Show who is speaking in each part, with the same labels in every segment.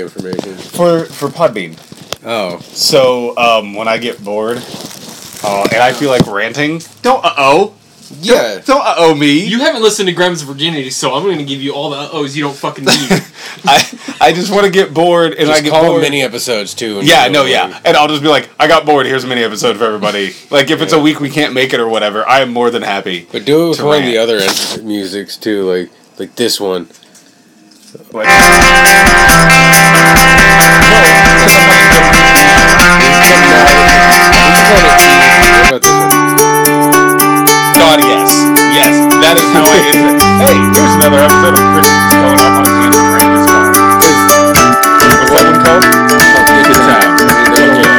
Speaker 1: Um, uh, for Podbean.
Speaker 2: Oh,
Speaker 1: So um, when I get bored uh, and I feel like ranting, don't uh oh.
Speaker 2: yeah.
Speaker 1: Don't uh oh me.
Speaker 3: You haven't listened to Grams of Virginity, so I'm going to give you all the ohs you don't fucking need.
Speaker 1: I, I just want to get bored and I
Speaker 2: Just
Speaker 1: get
Speaker 2: call them
Speaker 1: bored.
Speaker 2: mini episodes too. and
Speaker 1: yeah,
Speaker 2: do
Speaker 1: no,
Speaker 2: it.
Speaker 1: yeah. And I'll just be like, I got bored. Here's a mini episode for everybody. Like, if it's a week we can't make it or whatever, I am more than happy.
Speaker 2: But do it with
Speaker 1: To
Speaker 2: one of
Speaker 1: rant.
Speaker 2: the other en- musics too, like like this one.
Speaker 1: Like,
Speaker 2: How about this one?
Speaker 1: God, yes. Yes, that is how I end it. Hey, here's another episode of Chris going up on Tangent Randy's car. What's that one called?
Speaker 2: Oh, Good Times. I mean, they're all fucking-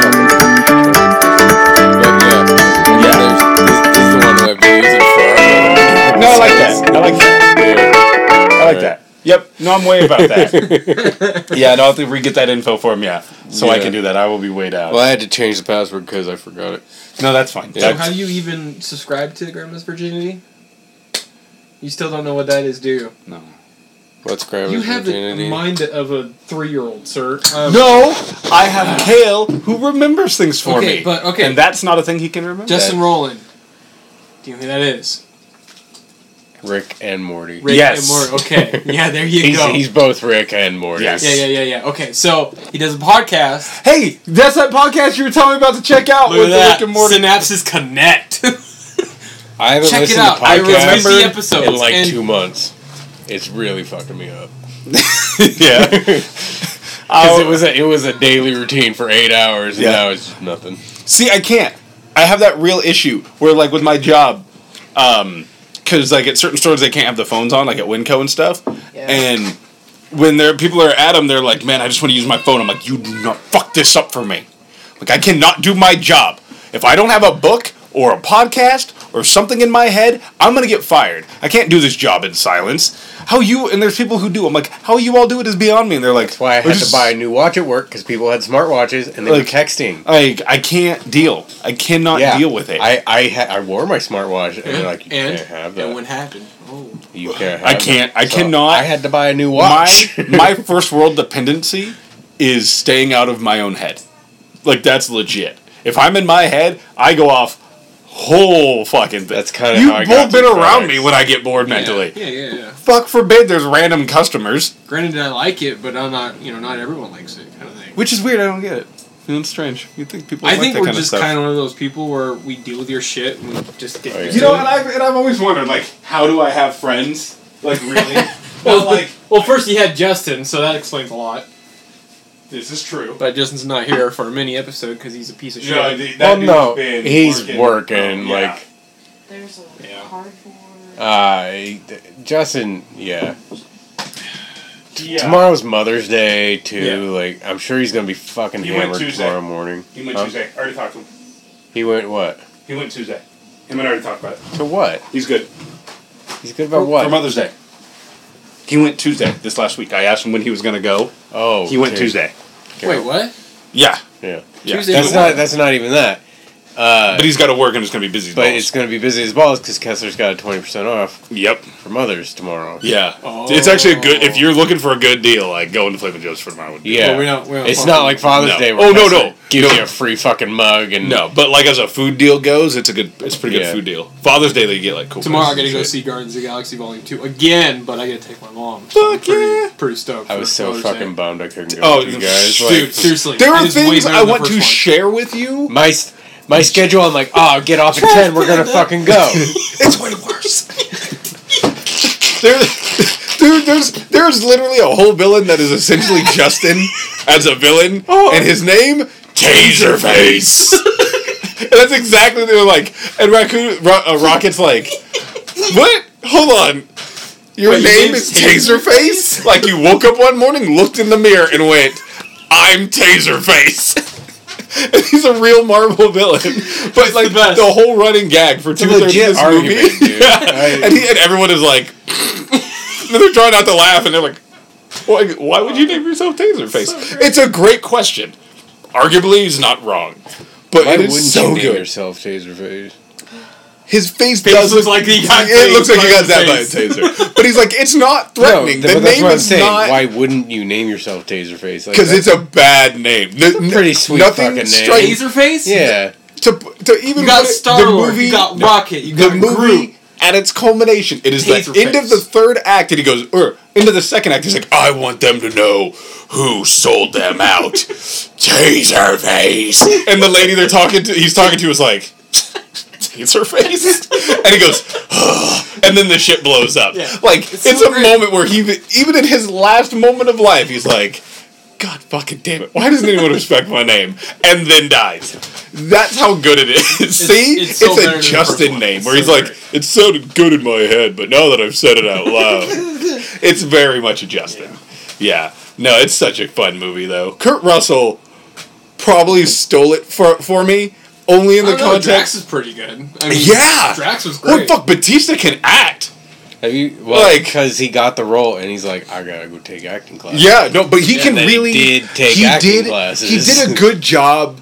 Speaker 2: But yeah, and then there's- this- this is the one that I've been using for-
Speaker 1: No, I like that. I like that. I like that. Yep. No, I'm way about that. yeah, no, I'll have to re-get that info for him, yeah. So I
Speaker 2: Yeah.
Speaker 1: can do that. I will be way down.
Speaker 2: Well, I had to change the password because I forgot it.
Speaker 1: no, that's fine.
Speaker 2: Yeah.
Speaker 3: so
Speaker 1: That's-
Speaker 3: how do you even subscribe to Grandma's Virginity? You still don't know what that is, do you?
Speaker 1: no.
Speaker 2: Let's grab
Speaker 3: You
Speaker 2: his
Speaker 3: have the
Speaker 2: virginity.
Speaker 3: mind of a three-year-old, sir. Um,
Speaker 1: No, I have Kale who remembers things for
Speaker 3: Okay,
Speaker 1: me.
Speaker 3: but- okay.
Speaker 1: And that's not a thing he can remember.
Speaker 3: Justin
Speaker 2: that-
Speaker 3: Rowland. Do you know who that is?
Speaker 2: Rick and Morty.
Speaker 3: Rick
Speaker 1: Yes.
Speaker 3: and Morty. Okay. Yeah, there you
Speaker 2: He's,
Speaker 3: go.
Speaker 2: he's both Rick and Morty.
Speaker 1: Yes.
Speaker 3: yeah, yeah, yeah, yeah. Okay, so he does a podcast.
Speaker 1: hey, that's that podcast you were telling me about to check out
Speaker 3: Look
Speaker 1: with
Speaker 3: at that.
Speaker 1: Rick and Morty.
Speaker 3: Synapses connect.
Speaker 2: I haven't
Speaker 3: Check it
Speaker 2: listened
Speaker 3: out.
Speaker 2: to
Speaker 3: I remember
Speaker 2: podcasts
Speaker 3: the episodes
Speaker 2: in like
Speaker 3: and-
Speaker 2: two months. It's really fucking me up.
Speaker 1: yeah.
Speaker 2: Because it was a it was a daily routine for eight hours, and
Speaker 1: Yeah.
Speaker 2: now it's just nothing.
Speaker 1: See, I can't. I have that real issue where, like, with my job, um, because like at certain stores they can't have the phones on, like at Winco and stuff, and when there people are at them, they're like, "Man, I just want to use my phone." I'm like, "You do not fuck this up for me. Like, I cannot do my job if I don't have a book or a podcast." Or something in my head, I'm gonna get fired. I can't do this job in silence. How you and there's people who do. I'm like, how you all do it is beyond me. And they're like,
Speaker 2: Why I
Speaker 1: "We're
Speaker 2: had to
Speaker 1: just-
Speaker 2: buy a new watch at work because people had smartwatches and they
Speaker 1: Like,
Speaker 2: were texting.
Speaker 1: Like, I can't deal. I cannot deal with it.
Speaker 2: I I, ha- I wore my smartwatch and they're like you
Speaker 3: and,
Speaker 2: can't have that.
Speaker 3: and what happened? Oh.
Speaker 2: you can't. Have
Speaker 1: I can't-
Speaker 2: That.
Speaker 1: I cannot-
Speaker 2: I had to buy a new watch.
Speaker 1: my my first world dependency is staying out of my own head. Like that's legit. If I'm in my head, I go off whole fucking thing.
Speaker 2: That's kinda
Speaker 1: you
Speaker 2: how I
Speaker 1: both
Speaker 2: got
Speaker 1: been
Speaker 2: through
Speaker 1: around
Speaker 2: FedEx.
Speaker 1: me when I get bored mentally.
Speaker 3: Yeah, yeah, yeah.
Speaker 1: Fuck forbid there's random customers,
Speaker 3: Granted, I like it, but I'm not. You know, not everyone likes it, kind of thing.
Speaker 1: which is weird. I don't get it. You know, It's strange. You think people?
Speaker 3: I
Speaker 1: like
Speaker 3: think
Speaker 1: that
Speaker 3: we're
Speaker 1: kind
Speaker 3: just
Speaker 1: of stuff.
Speaker 3: kind of one of those people where we deal with your shit and we just get.
Speaker 2: Oh, yeah.
Speaker 3: used
Speaker 1: You
Speaker 3: to
Speaker 1: know,
Speaker 3: it.
Speaker 1: and I've and I've always wondered like, how do I have friends? Like really? well,
Speaker 3: well,
Speaker 1: like
Speaker 3: well, first you had Justin, so that explains a lot.
Speaker 1: this is true.
Speaker 3: But Justin's not here for a mini episode because he's a piece of shit.
Speaker 1: Yeah, the- that
Speaker 2: well, no,
Speaker 1: dude's been
Speaker 2: he's working,
Speaker 1: Yeah.
Speaker 2: like
Speaker 4: There's a
Speaker 3: Yeah.
Speaker 4: cardboard.
Speaker 2: uh, he- Justin. Yeah.
Speaker 1: Yeah.
Speaker 2: Tomorrow's Mother's Day too.
Speaker 1: Yeah.
Speaker 2: Like I'm sure he's gonna be fucking
Speaker 1: He went
Speaker 2: hammered
Speaker 1: Tuesday.
Speaker 2: tomorrow morning.
Speaker 1: He went
Speaker 2: Huh?
Speaker 1: Tuesday. I already talked to him.
Speaker 2: He went what?
Speaker 1: He went Tuesday. Him and I already talked about it.
Speaker 2: To what?
Speaker 1: He's good.
Speaker 2: He's good about what?
Speaker 1: For Mother's Day. He went Tuesday this last week. I asked him when he was going to go.
Speaker 2: oh,
Speaker 1: He went
Speaker 2: okay.
Speaker 1: Tuesday.
Speaker 3: Wait, what?
Speaker 1: Yeah.
Speaker 2: Yeah.
Speaker 1: yeah.
Speaker 3: Tuesday.
Speaker 2: That's not. That's not even that. Uh,
Speaker 1: But he's got to work and it's going to be busy. as
Speaker 2: But
Speaker 1: balls.
Speaker 2: it's going to be busy as balls because Kessler's got a twenty percent off
Speaker 1: yep.
Speaker 2: for Mother's tomorrow.
Speaker 1: Yeah.
Speaker 3: Oh.
Speaker 1: It's actually a good. If you're looking for a good deal, like going to Flamin' Joe's for tomorrow. Would be
Speaker 2: Yeah,
Speaker 3: Well, we're not- we're not
Speaker 2: it's
Speaker 3: fucking-
Speaker 2: not like Father's
Speaker 1: No.
Speaker 2: Day.
Speaker 1: Oh, no,
Speaker 2: Kessler
Speaker 1: no.
Speaker 2: gives
Speaker 1: No.
Speaker 2: you a free fucking mug and
Speaker 1: No, but like as a food deal goes, it's a good. It's a pretty good
Speaker 2: Yeah.
Speaker 1: food deal. Father's Day, they get like cool.
Speaker 3: Tomorrow I
Speaker 1: prices
Speaker 3: gotta
Speaker 1: and
Speaker 3: go
Speaker 1: shit.
Speaker 3: see Guardians of the Galaxy Volume Two again, but I gotta take my mom.
Speaker 1: Fuck
Speaker 3: pretty,
Speaker 1: yeah.
Speaker 3: Pretty stoked.
Speaker 2: I
Speaker 3: for
Speaker 2: was so
Speaker 3: Mother's
Speaker 2: fucking
Speaker 3: Day.
Speaker 2: bummed I couldn't go.
Speaker 1: Oh,
Speaker 2: with you guys,
Speaker 1: dude,
Speaker 2: like,
Speaker 3: Seriously,
Speaker 1: There
Speaker 3: it
Speaker 1: are
Speaker 3: is way
Speaker 1: things
Speaker 3: better
Speaker 1: I
Speaker 3: than the
Speaker 1: want to
Speaker 3: first one.
Speaker 1: share with you.
Speaker 2: my s- my schedule. I'm like, oh, get off at ten. We're gonna fucking go.
Speaker 1: It's way worse. there, dude, there's there's literally a whole villain that is essentially Justin as a villain,
Speaker 2: Oh.
Speaker 1: and his name Taserface. and that's exactly they're like. And Raccoon Ro- uh, Rocket's like, what? Hold on. Your
Speaker 3: Wait, your
Speaker 1: name
Speaker 3: name's
Speaker 1: is Taserface? like you woke up one morning, looked in the mirror, and went, "I'm Taserface." And He's a real Marvel villain, but like the,
Speaker 3: best.
Speaker 1: whole running gag for two thirds of
Speaker 2: legit
Speaker 1: this movie,
Speaker 2: argument, dude.
Speaker 1: Yeah.
Speaker 2: I-
Speaker 1: and, he, and everyone is like, and they're trying not to laugh, and they're like, "Why, why would you name yourself Taserface?" it's a great question. Arguably, he's not wrong, but
Speaker 2: Why
Speaker 1: it
Speaker 2: wouldn't
Speaker 1: is so
Speaker 2: you name
Speaker 1: good.
Speaker 2: yourself Taserface?
Speaker 1: His face,
Speaker 3: Face
Speaker 1: does
Speaker 3: looks
Speaker 1: look
Speaker 3: like he got
Speaker 1: it looks like he got
Speaker 3: tased by
Speaker 1: that by a
Speaker 3: his
Speaker 1: taser. But he's like, it's not threatening. the
Speaker 2: but that's
Speaker 1: name
Speaker 2: what I'm
Speaker 1: is
Speaker 2: saying.
Speaker 1: not
Speaker 2: Why wouldn't you name yourself Taserface? Like,
Speaker 1: because
Speaker 2: that-
Speaker 1: it's a bad name. It's
Speaker 2: pretty sweet fucking name.
Speaker 3: Taserface?
Speaker 2: yeah.
Speaker 1: to, to even
Speaker 3: You got
Speaker 1: put it-
Speaker 3: Star
Speaker 1: the
Speaker 3: Lord.
Speaker 1: movie,
Speaker 3: You got Rocket. You
Speaker 1: the
Speaker 3: got
Speaker 1: movie
Speaker 3: Groot.
Speaker 1: at its culmination. It is
Speaker 3: Taser
Speaker 1: the end of
Speaker 3: face.
Speaker 1: the third act, and he goes or into the second act. He's like, I want them to know who sold them out, Taserface. And the lady they're talking to, he's talking to, is like. Taserface, and he goes, "Ugh," and then the shit blows up.
Speaker 3: Yeah.
Speaker 1: Like it's,
Speaker 3: It's so
Speaker 1: a
Speaker 3: great.
Speaker 1: moment where he, even in his last moment of life, he's like, God fucking damn it. Why doesn't anyone respect my name? And then dies. That's how good it is. See?
Speaker 3: it's
Speaker 1: It's,
Speaker 3: so better than
Speaker 1: a
Speaker 3: the first
Speaker 1: Justin
Speaker 3: one.
Speaker 1: name
Speaker 3: It's
Speaker 1: where
Speaker 3: so
Speaker 1: he's like,
Speaker 3: great.
Speaker 1: it sounded good in my head, but now that I've said it out loud, it's very much a Justin. Yeah. No, it's such a fun movie, though. Kurt Russell probably stole it for, for me, only in
Speaker 3: I
Speaker 1: the
Speaker 3: don't know, Drax
Speaker 1: context.
Speaker 3: is pretty good. I mean,
Speaker 1: Yeah!
Speaker 3: Drax was
Speaker 1: Well,
Speaker 3: great.
Speaker 1: fuck, Batista can act.
Speaker 2: Have you well
Speaker 1: Like-
Speaker 2: because he got the role and he's like, I gotta go take acting class.
Speaker 1: Yeah, no, but he
Speaker 2: And
Speaker 1: can
Speaker 2: then he
Speaker 1: really
Speaker 2: did take
Speaker 1: he
Speaker 2: acting
Speaker 1: did,
Speaker 2: classes.
Speaker 1: He did a good job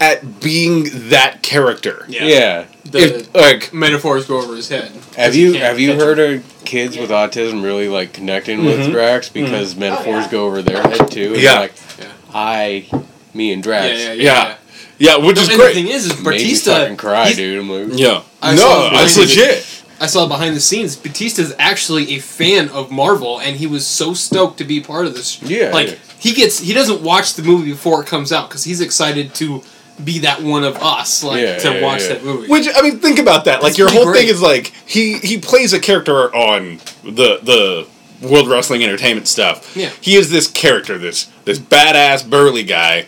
Speaker 1: at being that character.
Speaker 3: Yeah.
Speaker 2: Yeah.
Speaker 3: The
Speaker 1: If, like
Speaker 3: metaphors go over his head.
Speaker 2: Have
Speaker 3: 'Cause he
Speaker 2: you
Speaker 3: can't
Speaker 2: have you
Speaker 3: catch
Speaker 2: heard
Speaker 3: it.
Speaker 2: of kids with autism really like connecting with Drax because metaphors
Speaker 4: yeah.
Speaker 2: go over their head too? And
Speaker 1: Mm-hmm. Yeah.
Speaker 2: Like
Speaker 3: Oh, Yeah.
Speaker 2: I, me and
Speaker 3: Yeah,
Speaker 2: Drax.
Speaker 3: yeah, yeah.
Speaker 1: Yeah.
Speaker 3: yeah.
Speaker 1: yeah, which
Speaker 3: No,
Speaker 1: is
Speaker 3: and the
Speaker 1: great.
Speaker 3: thing is, is
Speaker 2: Made me
Speaker 3: Batista.
Speaker 2: fucking cry,
Speaker 3: he's-
Speaker 2: dude. I'm like,
Speaker 1: Yeah,
Speaker 3: I
Speaker 1: no,
Speaker 3: saw the
Speaker 1: that's
Speaker 3: behind the-
Speaker 1: legit.
Speaker 3: I saw behind the scenes. Batista's actually a fan of Marvel, and he was so stoked to be part of this.
Speaker 2: Yeah,
Speaker 3: like
Speaker 2: yeah.
Speaker 3: he gets he doesn't watch the movie before it comes out because he's excited to be that one of us, like
Speaker 2: Yeah,
Speaker 3: to
Speaker 2: yeah,
Speaker 3: watch
Speaker 2: yeah.
Speaker 3: that movie.
Speaker 1: Which I mean, think about that. Like
Speaker 3: It's
Speaker 1: your
Speaker 3: pretty
Speaker 1: whole
Speaker 3: great.
Speaker 1: thing is like he he plays a character on the the World Wrestling Entertainment stuff.
Speaker 3: Yeah.
Speaker 1: he is this character, this this badass burly guy,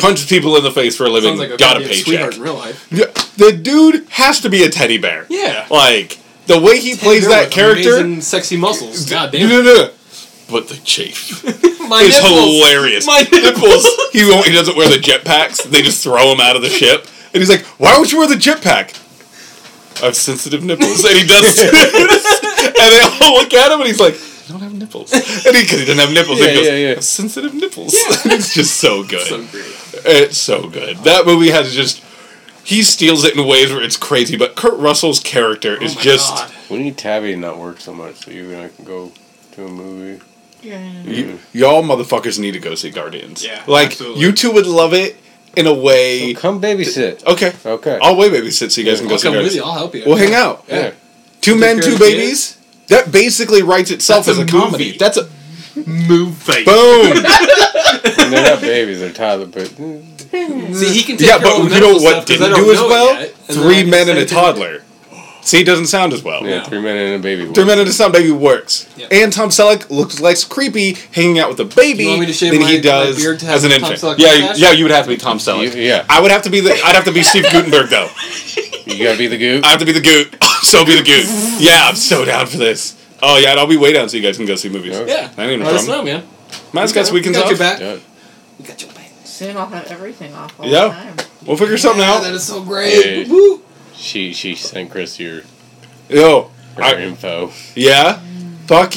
Speaker 1: punches people in the face for a living.
Speaker 3: Sounds like a
Speaker 1: got a
Speaker 3: goddamn
Speaker 1: paycheck.
Speaker 3: sweetheart in real life.
Speaker 1: Yeah, the dude has to be a teddy bear.
Speaker 3: Yeah.
Speaker 1: like the way he plays
Speaker 3: Tender
Speaker 1: that
Speaker 3: with
Speaker 1: character.
Speaker 3: amazing sexy muscles. God
Speaker 1: No, no,
Speaker 3: damn,
Speaker 1: no. But the chief
Speaker 3: my
Speaker 1: is
Speaker 3: nipples.
Speaker 1: hilarious.
Speaker 3: My nipples.
Speaker 1: he won't, he doesn't wear the jetpacks. They just throw him out of the ship, and he's like, "Why don't you wear the jetpack?" I have sensitive nipples, and he does. and they all look at him, and he's like, "I don't have nipples," and he because he doesn't have nipples. and he
Speaker 2: Yeah,
Speaker 1: goes,
Speaker 2: yeah, yeah.
Speaker 1: "I have sensitive nipples. it's just so good.
Speaker 3: so great. Oh
Speaker 1: It's so good. That movie has just. He steals it in ways where it's crazy, but Kurt Russell's character
Speaker 3: Oh
Speaker 1: is
Speaker 3: my
Speaker 1: just.
Speaker 3: God.
Speaker 2: we need Tabby to not work so much so you and I can go to a movie.
Speaker 4: Yeah.
Speaker 1: Y- y'all motherfuckers need to go see Guardians.
Speaker 3: Yeah,
Speaker 1: like
Speaker 3: absolutely.
Speaker 1: you two would love it in a way.
Speaker 2: Come babysit.
Speaker 1: Okay,
Speaker 2: Okay.
Speaker 1: I'll way babysit so you guys can go
Speaker 3: I'll
Speaker 1: see
Speaker 3: come with
Speaker 1: Guardians.
Speaker 3: you. I'll help you.
Speaker 1: We'll hang out.
Speaker 2: yeah.
Speaker 1: Two men,
Speaker 3: care
Speaker 1: two
Speaker 3: of the
Speaker 1: babies. That basically writes itself
Speaker 3: That's
Speaker 1: as
Speaker 3: a
Speaker 1: a, comedy.
Speaker 3: movie.
Speaker 1: That's a
Speaker 3: Movie.
Speaker 1: boom.
Speaker 2: And they're not babies, they're toddlers, but mm,
Speaker 3: See, he can take
Speaker 1: yeah,
Speaker 3: care of all
Speaker 1: but
Speaker 3: the
Speaker 1: you know
Speaker 3: medical
Speaker 1: what
Speaker 3: stuff 'cause I
Speaker 1: didn't
Speaker 3: don't
Speaker 1: do as
Speaker 3: know it
Speaker 1: well?
Speaker 3: yet, and then I
Speaker 1: Three
Speaker 3: can
Speaker 1: men and
Speaker 3: say
Speaker 1: a
Speaker 3: to him,
Speaker 1: toddler. See, it doesn't sound as well.
Speaker 2: yeah, three men and a baby.
Speaker 1: Three men and a son baby works.
Speaker 3: Yeah.
Speaker 1: And Tom Selleck looks less creepy hanging out with a baby
Speaker 3: You want me to shave
Speaker 1: than
Speaker 3: my-
Speaker 1: he
Speaker 3: my
Speaker 1: does
Speaker 3: beard to have
Speaker 1: as an
Speaker 3: Tom
Speaker 1: infant.
Speaker 3: Selleck
Speaker 1: yeah,
Speaker 3: mustache?
Speaker 1: yeah, you would have to be Tom Selleck.
Speaker 2: You- yeah.
Speaker 1: I would have to be the. I'd have to be Steve Gutenberg though.
Speaker 2: You gotta be the goop.
Speaker 1: I have to be the goot. so be the goot. Yeah, I'm so down for this. Oh yeah, and I'll be way down so you guys can go see movies.
Speaker 2: Okay.
Speaker 3: Yeah,
Speaker 1: That ain't a
Speaker 3: let us know,
Speaker 1: problem.
Speaker 3: man.
Speaker 1: Matt's got some
Speaker 3: We
Speaker 1: weekends
Speaker 3: got your
Speaker 1: off.
Speaker 3: back.
Speaker 2: Yeah.
Speaker 3: We got your back.
Speaker 4: Soon I'll have everything off all
Speaker 1: Yeah.
Speaker 4: the time.
Speaker 1: We'll figure something
Speaker 3: Yeah, That
Speaker 1: out.
Speaker 3: is so great.
Speaker 2: Yeah.
Speaker 3: Woo.
Speaker 2: She she sent Chris your
Speaker 1: Yo,
Speaker 2: her
Speaker 1: I-
Speaker 2: info
Speaker 1: yeah, fuck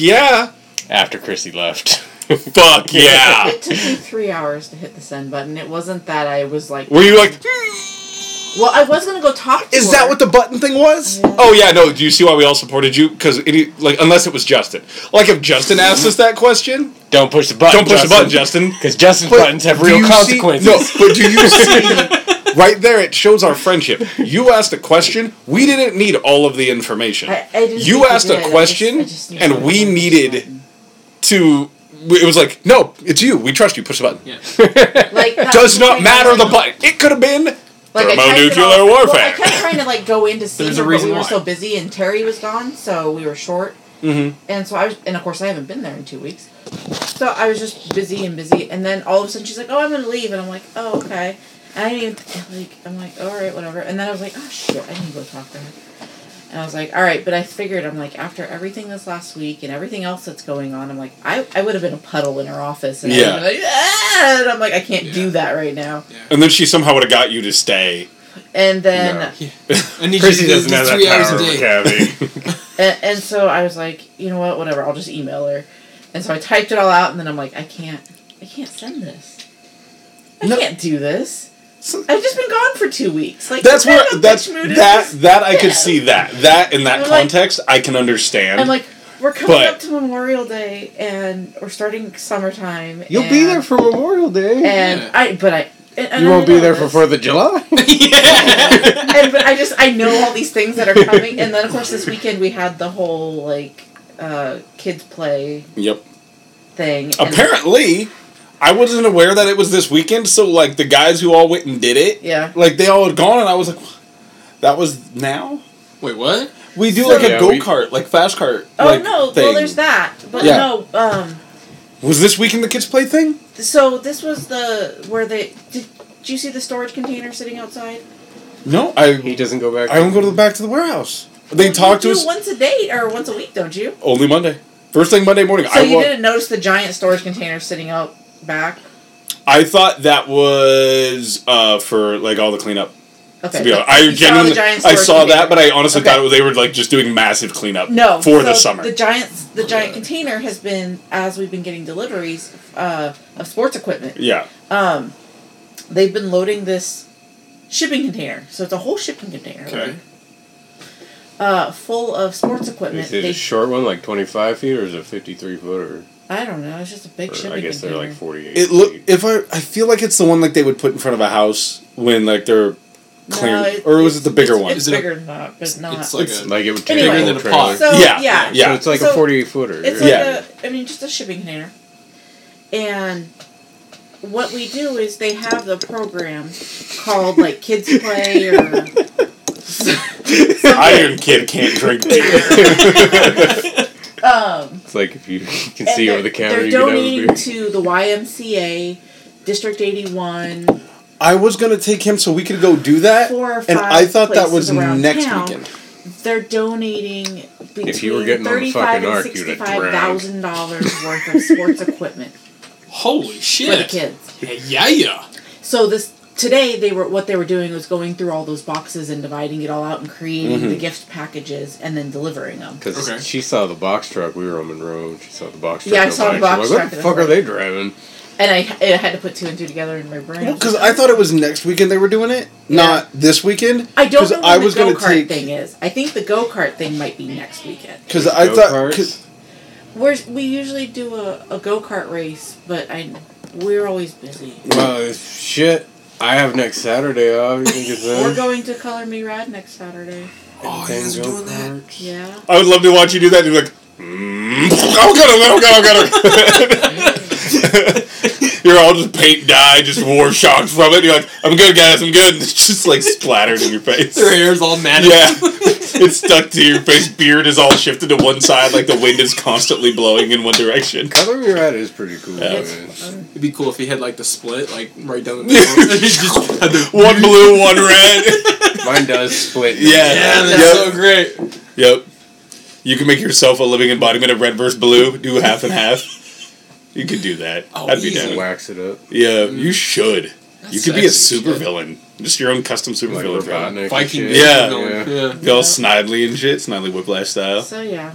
Speaker 1: yeah,
Speaker 2: after Chrissy left.
Speaker 1: fuck yeah.
Speaker 4: It took me three hours to hit the send button. It wasn't that I was like.
Speaker 1: Were you like?
Speaker 4: Well, I was gonna go talk to
Speaker 1: Is
Speaker 4: her.
Speaker 1: that what the button thing was?
Speaker 4: Yeah.
Speaker 1: Oh yeah, no. Do you see why we all supported you? Because like, unless it was Justin. Like, if Justin asked us that question,
Speaker 2: Don't push the button.
Speaker 1: don't push the button, Justin.
Speaker 2: Because Justin's
Speaker 1: But
Speaker 2: buttons have
Speaker 1: do
Speaker 2: real
Speaker 1: you see-
Speaker 2: consequences.
Speaker 1: no, but do you see? Right there, it shows our friendship. You asked a question. We didn't need all of the information.
Speaker 4: I, I didn't
Speaker 1: you
Speaker 4: think I
Speaker 1: asked
Speaker 4: did. I
Speaker 1: a
Speaker 4: just-
Speaker 1: question,
Speaker 4: I just needed
Speaker 1: and
Speaker 4: to
Speaker 1: we
Speaker 4: push the
Speaker 1: needed
Speaker 4: button.
Speaker 1: to. It was like, no, it's you. We trust you. Push the button.
Speaker 3: Yeah.
Speaker 4: Like that
Speaker 1: Does
Speaker 4: was the
Speaker 1: not
Speaker 4: thing.
Speaker 1: matter the button. It could have been.
Speaker 4: Like, I tried to
Speaker 1: Thermonuclear
Speaker 4: go- well, I
Speaker 1: warfare.
Speaker 4: kept trying to like go in to see
Speaker 3: There's
Speaker 4: her,
Speaker 3: a reason
Speaker 4: but we were
Speaker 3: why.
Speaker 4: so busy, and Terry was gone, so we were short.
Speaker 1: Mhm.
Speaker 4: And so I was, and of course I haven't been there in two weeks, so I was just busy and busy. And then all of a sudden she's like, "Oh, I'm gonna leave," and I'm like, "Oh, okay." And I didn't even like. I'm like, "All right, whatever." And then I was like, "Oh shit, I need to go talk to her." And I was like, "All right," but I figured I'm like, after everything this last week and everything else that's going on, I'm like, I, I would have been a puddle in her office, and I
Speaker 1: Yeah.
Speaker 4: would've been like, ah! and I'm like, I can't
Speaker 3: Yeah.
Speaker 4: do that right now.
Speaker 1: And then she somehow would have got you to stay.
Speaker 4: And then.
Speaker 2: No.
Speaker 3: I need
Speaker 2: Chrissy
Speaker 3: you to do
Speaker 2: doesn't have
Speaker 3: this
Speaker 2: that
Speaker 3: three hours a
Speaker 2: power.
Speaker 3: day.
Speaker 1: Gabby.
Speaker 4: And, and so I was like, you know what, whatever, I'll just email her. And so I typed it all out, and then I'm like, I can't, I can't send this. I
Speaker 1: No.
Speaker 4: can't do this. I've just been gone for two weeks. Like
Speaker 1: That's
Speaker 4: I don't
Speaker 1: where
Speaker 4: know
Speaker 1: that's
Speaker 4: which mood it
Speaker 1: that
Speaker 4: is.
Speaker 1: that I could
Speaker 4: Yeah.
Speaker 1: see that that in that
Speaker 4: I'm like-
Speaker 1: context I can understand.
Speaker 4: I'm like, we're coming
Speaker 1: But-
Speaker 4: up to Memorial Day and we're starting summertime.
Speaker 2: You'll
Speaker 4: and,
Speaker 2: be there for Memorial Day.
Speaker 4: and
Speaker 3: Yeah.
Speaker 4: I but I and, and
Speaker 2: You
Speaker 4: I
Speaker 2: won't be
Speaker 4: know
Speaker 2: there for
Speaker 4: this.
Speaker 2: Fourth of July.
Speaker 1: yeah.
Speaker 4: and but I just I know all these things that are coming, and then of course this weekend we had the whole like uh, kids play
Speaker 1: Yep.
Speaker 4: thing. and-
Speaker 1: Apparently, I wasn't aware that it was this weekend. So like the guys who all went and did it,
Speaker 4: yeah.
Speaker 1: like they all had gone, and I was like, that was now.
Speaker 3: Wait, what?
Speaker 1: We do
Speaker 4: So-
Speaker 1: like a
Speaker 2: Yeah,
Speaker 1: go
Speaker 2: we-
Speaker 1: kart, like fast cart.
Speaker 4: Oh
Speaker 1: like,
Speaker 4: no! Well,
Speaker 1: thing.
Speaker 4: there's that, but
Speaker 1: Yeah.
Speaker 4: no. Um.
Speaker 1: Was this weekend the kids play thing?
Speaker 4: So this was the where they did. Did you see the storage container sitting outside?
Speaker 1: No, I
Speaker 2: He doesn't go back.
Speaker 1: I don't go to the back to the warehouse. They talk to
Speaker 4: you do
Speaker 1: us
Speaker 4: once a day or once a week, don't you?
Speaker 1: only Monday. First thing Monday morning.
Speaker 4: So
Speaker 1: I
Speaker 4: you
Speaker 1: wa-
Speaker 4: didn't notice the giant storage container sitting out back.
Speaker 1: I thought that was uh, for like all the cleanup.
Speaker 4: Okay.
Speaker 1: To be honest,
Speaker 4: but you
Speaker 1: I
Speaker 4: saw the
Speaker 1: genuinely
Speaker 4: giant
Speaker 1: I
Speaker 4: storage
Speaker 1: saw that,
Speaker 4: container.
Speaker 1: but I honestly
Speaker 4: Okay.
Speaker 1: thought it was- they were like just doing massive cleanup
Speaker 4: No,
Speaker 1: for the
Speaker 4: so
Speaker 1: summer.
Speaker 4: The giant, the giant container has been as we've been getting deliveries uh, of sports equipment.
Speaker 1: yeah,
Speaker 4: Um, they've been loading this shipping container, so it's a whole shipping container
Speaker 3: Okay.
Speaker 4: uh, full of sports equipment.
Speaker 2: Is it
Speaker 4: They,
Speaker 2: a short one, like twenty-five feet, or is it fifty-three footer?
Speaker 4: I don't know. It's just a big
Speaker 2: Or
Speaker 4: shipping
Speaker 2: I guess they're
Speaker 4: container.
Speaker 2: like forty-eight.
Speaker 1: it look if I I feel like it's the one like they would put in front of a house when like they're clearing,
Speaker 4: No, it-
Speaker 1: or was it the bigger
Speaker 4: it's-
Speaker 1: one?
Speaker 4: It's
Speaker 3: Is it a-
Speaker 4: bigger than that, but not.
Speaker 3: It's like
Speaker 1: It's
Speaker 3: a.
Speaker 2: like it would take
Speaker 4: Anyway.
Speaker 2: a
Speaker 4: Bigger
Speaker 2: whole
Speaker 3: than a
Speaker 2: trailer.
Speaker 3: pod.
Speaker 4: so
Speaker 1: Yeah,
Speaker 4: yeah,
Speaker 1: yeah.
Speaker 2: So it's like
Speaker 4: So
Speaker 2: a forty-eight footer. right?
Speaker 4: It's like
Speaker 1: Yeah.
Speaker 4: a, I mean, just a shipping container. And what we do is they have the program called like Kids Play or
Speaker 1: Iron Kid can't drink beer.
Speaker 4: um,
Speaker 2: It's like if you can
Speaker 4: and
Speaker 2: see
Speaker 4: they're-
Speaker 2: over the counter,
Speaker 4: They're
Speaker 2: you can have a
Speaker 4: donating
Speaker 2: beer.
Speaker 4: to the YMCA, District eighty one,
Speaker 1: I was gonna take him so we could go do that,
Speaker 4: four or five.
Speaker 1: and I thought that was
Speaker 4: places around
Speaker 1: next
Speaker 4: town.
Speaker 1: weekend.
Speaker 4: They're donating between
Speaker 2: If you were getting on the
Speaker 4: thirty-five
Speaker 2: fucking
Speaker 4: and
Speaker 2: ark, you'd have
Speaker 4: sixty-five thousand dollars worth of sports equipment
Speaker 3: Holy
Speaker 4: for the
Speaker 3: shit!
Speaker 4: kids.
Speaker 3: Yeah, yeah.
Speaker 4: So this today they were what they were doing was going through all those boxes and dividing it all out and creating
Speaker 2: Mm-hmm.
Speaker 4: the gift packages and then delivering them.
Speaker 2: Because
Speaker 3: Okay.
Speaker 2: she saw the box truck. We were on Monroe, and she saw the box truck.
Speaker 4: Yeah, I
Speaker 2: go
Speaker 4: saw the
Speaker 2: by, and
Speaker 4: box
Speaker 2: she's
Speaker 4: truck,
Speaker 2: like,
Speaker 4: and
Speaker 2: What
Speaker 4: I
Speaker 2: the fuck
Speaker 4: was
Speaker 2: are they driving?
Speaker 4: And I, I had to put two and two together in my brain.
Speaker 1: Well, because I thought it was next weekend they were doing it, not this weekend.
Speaker 4: I don't
Speaker 1: 'cause
Speaker 4: know when
Speaker 1: I was
Speaker 4: the
Speaker 1: gonna
Speaker 4: go kart
Speaker 1: take-
Speaker 4: thing is. I think the go kart thing might be next weekend.
Speaker 1: Because I thought,
Speaker 2: Go-karts?
Speaker 1: 'cause-
Speaker 4: We're, we usually do a, a go kart race, but I we're always busy.
Speaker 2: Well, shit. I have next Saturday uh, off. You think it's
Speaker 4: We're
Speaker 2: then?
Speaker 4: going to Color Me Rad next Saturday.
Speaker 3: Oh, you guys are doing that.
Speaker 4: Yeah.
Speaker 1: I would love to watch you do that. You're like, mm, I'm gonna, I'm gonna, I'm gonna. You're all just paint dye, just war shocks from it. You're like, I'm good, guys, I'm good. And it's just like splattered in your face.
Speaker 3: Their hair's all matted.
Speaker 1: Yeah, it's stuck to your face. Beard is all shifted to one side, like the wind is constantly blowing in one direction.
Speaker 2: Color Me Red is pretty cool. man.
Speaker 4: It's, um,
Speaker 3: It'd be cool if he had like the split, like right down the middle. Just had the-
Speaker 1: One blue, one red.
Speaker 2: Mine does split.
Speaker 1: Yeah.
Speaker 3: yeah, that's
Speaker 1: Yep.
Speaker 3: so great.
Speaker 1: Yep. You can make yourself a living embodiment of red versus blue. Do half and half. You could do that.
Speaker 3: Oh,
Speaker 1: I'd be
Speaker 3: easy.
Speaker 1: down.
Speaker 2: Wax it up.
Speaker 1: Yeah, you should.
Speaker 3: Mm. That's
Speaker 1: You could be a
Speaker 3: sexy as shit.
Speaker 1: supervillain. Just your own custom
Speaker 2: Like
Speaker 1: supervillain. villain.
Speaker 2: Robotnik.
Speaker 3: Viking.
Speaker 2: and shit.
Speaker 1: Yeah.
Speaker 3: villain.
Speaker 2: Yeah.
Speaker 3: yeah.
Speaker 1: Be all Snidely and shit, Snidely Whiplash style.
Speaker 4: so yeah.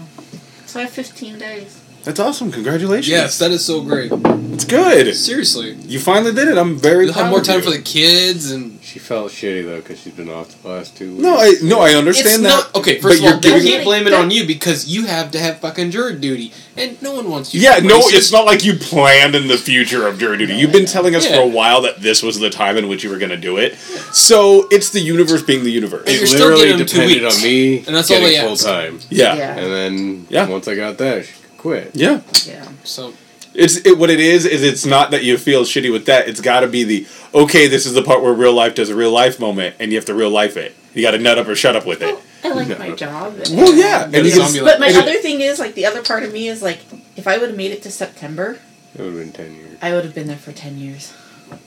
Speaker 4: So I have 15 days.
Speaker 1: That's awesome. Congratulations.
Speaker 3: Yes, that is so great.
Speaker 1: It's good.
Speaker 3: Seriously,
Speaker 1: You finally did it. I'm very
Speaker 3: you'll
Speaker 1: proud
Speaker 3: have more
Speaker 1: of
Speaker 3: time
Speaker 1: you.
Speaker 3: for the kids and.
Speaker 2: She felt shitty though because she's been off the last two weeks.
Speaker 1: No, I no, I
Speaker 3: It's
Speaker 1: understand that.
Speaker 3: not okay.
Speaker 1: but
Speaker 3: First of all,
Speaker 1: you're
Speaker 3: they
Speaker 1: giving
Speaker 3: can't
Speaker 4: it-
Speaker 3: blame it on you because you have to have fucking jury duty, and no one wants you.
Speaker 1: Yeah,
Speaker 3: to
Speaker 1: no,
Speaker 3: racist.
Speaker 1: it's not like you planned in the future of jury duty. You've been telling us
Speaker 3: Yeah.
Speaker 1: for a while that this was the time in which you were going to do it. So it's the universe being the universe.
Speaker 3: It-
Speaker 2: It
Speaker 3: You're still
Speaker 2: literally
Speaker 3: getting them two
Speaker 2: depended
Speaker 3: weeks.
Speaker 2: on me
Speaker 3: And that's all
Speaker 2: getting
Speaker 3: they
Speaker 2: full
Speaker 3: asked.
Speaker 2: time.
Speaker 1: Yeah.
Speaker 4: Yeah.
Speaker 2: And then
Speaker 1: Yeah.
Speaker 2: once I got that, she quit.
Speaker 1: Yeah.
Speaker 4: Yeah.
Speaker 3: So
Speaker 1: It's it, what it is is it's not that you feel shitty with that. It's got to be the okay, this is the part where real life does a real life moment and you have to real life it. You got to nut up or shut up with it.
Speaker 4: Well, I like
Speaker 2: No.
Speaker 4: my job.
Speaker 1: Well, yeah.
Speaker 3: Yeah,
Speaker 1: And you
Speaker 3: zombie
Speaker 1: can-
Speaker 3: like-
Speaker 4: But my
Speaker 1: And it-
Speaker 4: other thing is, like, the other part of me is, like, if I would have made it to September,
Speaker 2: It would have been ten years.
Speaker 4: I would have been there for 10 years.